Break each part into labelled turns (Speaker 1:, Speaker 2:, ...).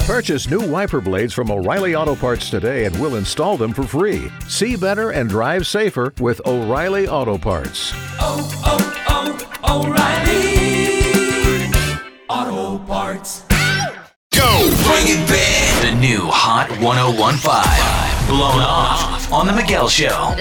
Speaker 1: Purchase new wiper blades from O'Reilly Auto Parts today and we'll install them for free. See better and drive safer with O'Reilly Auto Parts.
Speaker 2: oh, oh, O'Reilly Auto Parts. Go! Bring it back!
Speaker 3: The new Hot 1015. Blown off on The Miguel Show.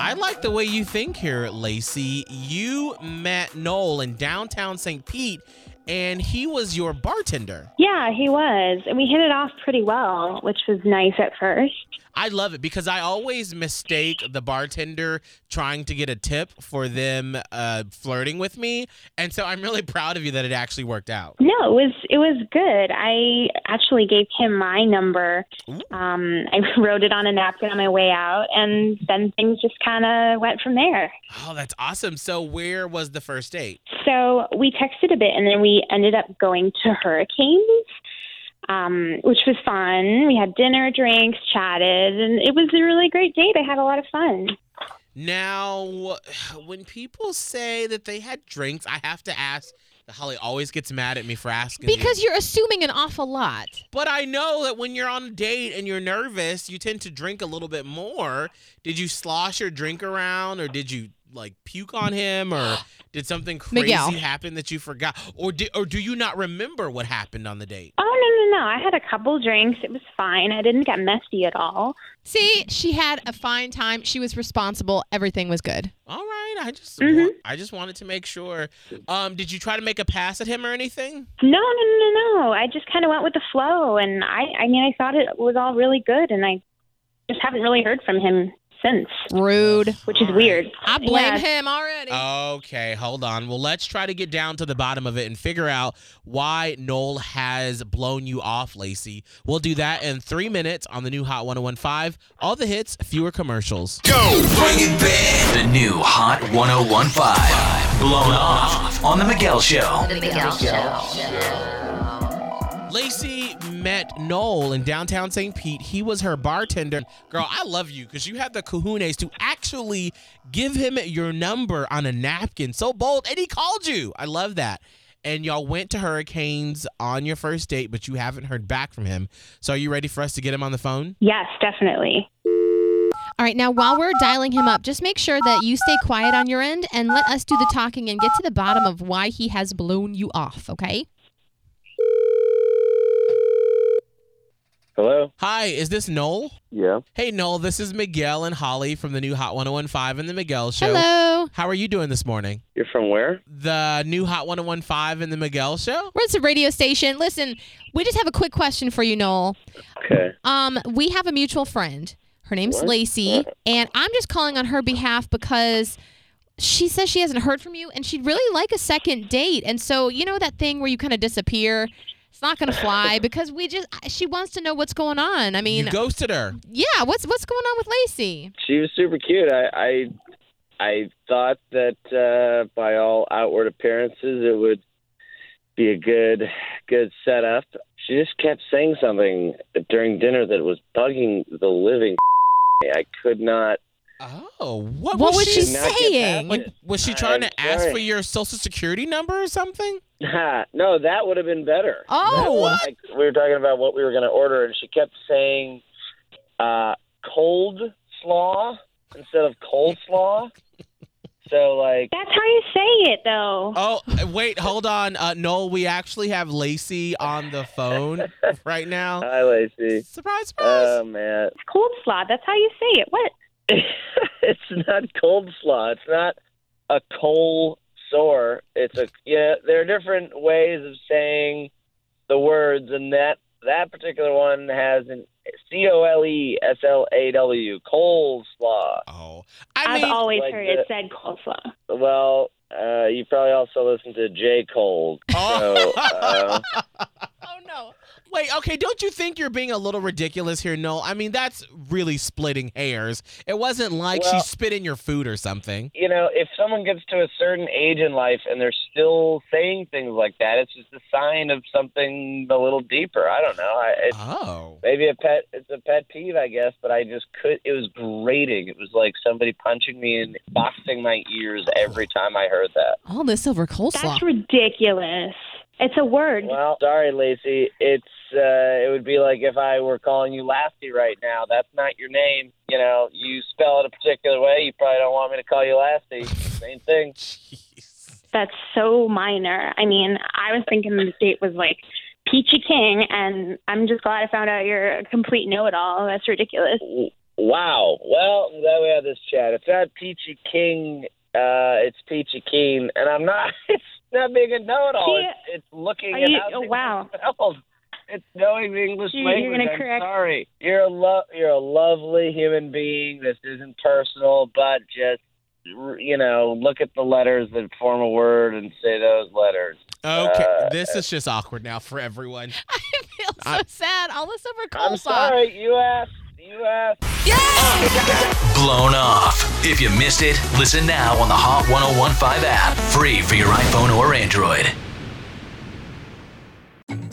Speaker 4: I like the way you think here, Lacey. You met Noel in downtown St. Pete, and he was your bartender.
Speaker 5: Yeah, he was. And we hit it off pretty well, which was nice at first.
Speaker 4: I love it because I always mistake the bartender trying to get a tip for them uh, flirting with me. And so I'm really proud of you that it actually worked out.
Speaker 5: No, it was it was good. I actually gave him my number.
Speaker 4: Ooh.
Speaker 5: Um, I wrote it on a napkin on my way out and then things just kind of went from there.
Speaker 4: Oh, that's awesome. So, where was the first date?
Speaker 5: So, we texted a bit and then we ended up going to Hurricanes. Um, which was fun. We had dinner, drinks, chatted, and it was a really great date. I had a lot of fun.
Speaker 4: Now, when people say that they had drinks, I have to ask. Holly always gets mad at me for asking you.
Speaker 6: Because you're assuming an awful lot.
Speaker 4: But I know that when you're on a date and you're nervous, you tend to drink a little bit more. Did you slosh your drink around or did you like puke on him or did something crazy
Speaker 6: Miguel.
Speaker 4: happen that you forgot or do, or do you not remember what happened on the date?
Speaker 5: Oh, no, no, no. I had a couple drinks. It was fine. I didn't get messy at all.
Speaker 6: See, she had a fine time. She was responsible. Everything was good.
Speaker 4: All right, I just
Speaker 5: Mhm.
Speaker 4: I just wanted to make sure. Um did you try to make a pass at him or anything?
Speaker 5: No, no, no, no, no. I just kind of went with the flow, and I, I mean, I thought it was all really good, and I just haven't really heard from him since,
Speaker 6: Rude.
Speaker 5: which is weird.
Speaker 6: I blame
Speaker 5: Yeah.
Speaker 6: him already.
Speaker 4: Uh, Okay, hold on. Well, let's try to get down to the bottom of it and figure out why Noel has blown you off, Lacey. We'll do that in three minutes on the new Hot 1015. All the hits, fewer commercials.
Speaker 2: Oh, Bring it back!
Speaker 3: The new Hot 1015. Blown off on The Miguel Show.
Speaker 4: Lacey met Noel in downtown St. Pete. He was her bartender. Girl, I love you because you had the kahunas to actually give him your number on a napkin. So bold. And he called you. I love that. And y'all went to Hurricanes on your first date, but you haven't heard back from him. So are you ready for us to get him on the phone?
Speaker 5: Yes, definitely.
Speaker 6: All right, now while we're dialing him up, just make sure that you stay quiet on your end and let us do the talking and get to the bottom of why he has blown you off, okay?
Speaker 7: Hello?
Speaker 4: Hi, is this Noel?
Speaker 7: Yeah.
Speaker 4: Hey, Noel, this is Miguel and Holly from the new Hot 1015 and the Miguel Show.
Speaker 6: Hello.
Speaker 4: How are you doing this morning?
Speaker 7: You're from where?
Speaker 4: The new Hot 1015 and the Miguel Show?
Speaker 6: We're at the radio station. Listen, we just have a quick question for you, Noel.
Speaker 7: Okay.
Speaker 6: Um, we have a mutual friend. Her name's
Speaker 7: What?
Speaker 6: Lacey, and I'm just calling on her behalf because she says she hasn't heard from you and she'd really like a second date. And so, you know that thing where you kind of disappear? It's not going to fly because we just she wants to know what's going on. I mean,
Speaker 4: you ghosted her.
Speaker 6: yeah, what's what's going on with Lacey?
Speaker 7: She was super cute. I I, I thought that uh, by all outward appearances it would be a good good setup. She just kept saying something during dinner that was bugging the living I could not
Speaker 4: Oh, what,
Speaker 6: What
Speaker 4: was,
Speaker 6: was
Speaker 4: she?
Speaker 6: she
Speaker 7: Did not get
Speaker 6: saying?
Speaker 7: that.
Speaker 4: Like, was she trying to
Speaker 7: I'm
Speaker 4: ask
Speaker 7: sorry.
Speaker 4: for your social security number or something?
Speaker 7: Ha, no, that would have been better.
Speaker 6: Oh, what?
Speaker 7: Like, we were talking about what we were going to order, and she kept saying uh, cold slaw instead of coleslaw. so, like,
Speaker 5: That's how you say it, though.
Speaker 4: Oh, wait, hold on. Uh, Noel, we actually have Lacey on the phone right now.
Speaker 7: hi, Lacey.
Speaker 4: Surprise, surprise.
Speaker 7: Oh, man.
Speaker 5: It's cold slaw. That's how you say it. What?
Speaker 7: it's not cold slaw. It's not a coal sore. It's a, yeah, there are different ways of saying the words, and that, that particular one has an C O L E S L A W, coleslaw. slaw.
Speaker 4: oh,
Speaker 5: I
Speaker 4: I
Speaker 5: have
Speaker 4: mean,
Speaker 5: always
Speaker 7: like
Speaker 5: heard
Speaker 7: the-
Speaker 5: it said coleslaw.
Speaker 7: Well, uh, you probably also listen to J. Cole. So, uh,
Speaker 6: Oh no.
Speaker 4: Wait, okay, don't you think you're being a little ridiculous here, Noel? I mean, that's really splitting hairs. It wasn't like she
Speaker 7: Well-
Speaker 4: spit in your food or something.
Speaker 7: you know, if someone gets to a certain age in life and they're still saying things like that, it's just a sign of something a little deeper. I don't know. I, it's
Speaker 4: Oh.
Speaker 7: maybe a pet. It's a pet peeve, I guess. But I just could. It was grating. It was like somebody punching me and boxing my ears every time I heard that.
Speaker 6: All this over coleslaw.
Speaker 5: That's ridiculous. It's a word.
Speaker 7: Well, sorry, Lacey. It's uh, it would be like if I were calling you Lassie right now. That's not your name. You know, you spell it a particular way. You probably don't want me to call you Lassie. Same thing.
Speaker 5: That's so minor. I mean, I was thinking the date was like Peachy King, and I'm just glad I found out you're a complete know it all. That's ridiculous.
Speaker 7: Wow. Well, I'm glad we had this chat. It's not Peachy King. Uh, it's Peachy Keen, and I'm not. It's not being a know-it-all.
Speaker 5: See,
Speaker 7: it's, it's looking
Speaker 5: are
Speaker 7: at
Speaker 5: you-
Speaker 7: how
Speaker 5: oh,
Speaker 7: things
Speaker 5: wow.
Speaker 7: are spelled. It's knowing the English
Speaker 5: You- you're
Speaker 7: language.
Speaker 5: gonna
Speaker 7: I'm
Speaker 5: correct-
Speaker 7: sorry. You're a lo- you're a lovely human being. This isn't personal, but just you know, look at the letters that form a word and say those letters.
Speaker 4: Okay,
Speaker 7: Uh,
Speaker 4: this is just awkward now for everyone.
Speaker 6: I feel so
Speaker 4: I-
Speaker 6: sad. All this over
Speaker 7: I'm
Speaker 6: coleslaw.
Speaker 7: sorry. Ah. You asked. You asked.
Speaker 3: Blown off. If you missed it, listen now on the Hot 1015 app, free for your iPhone or Android.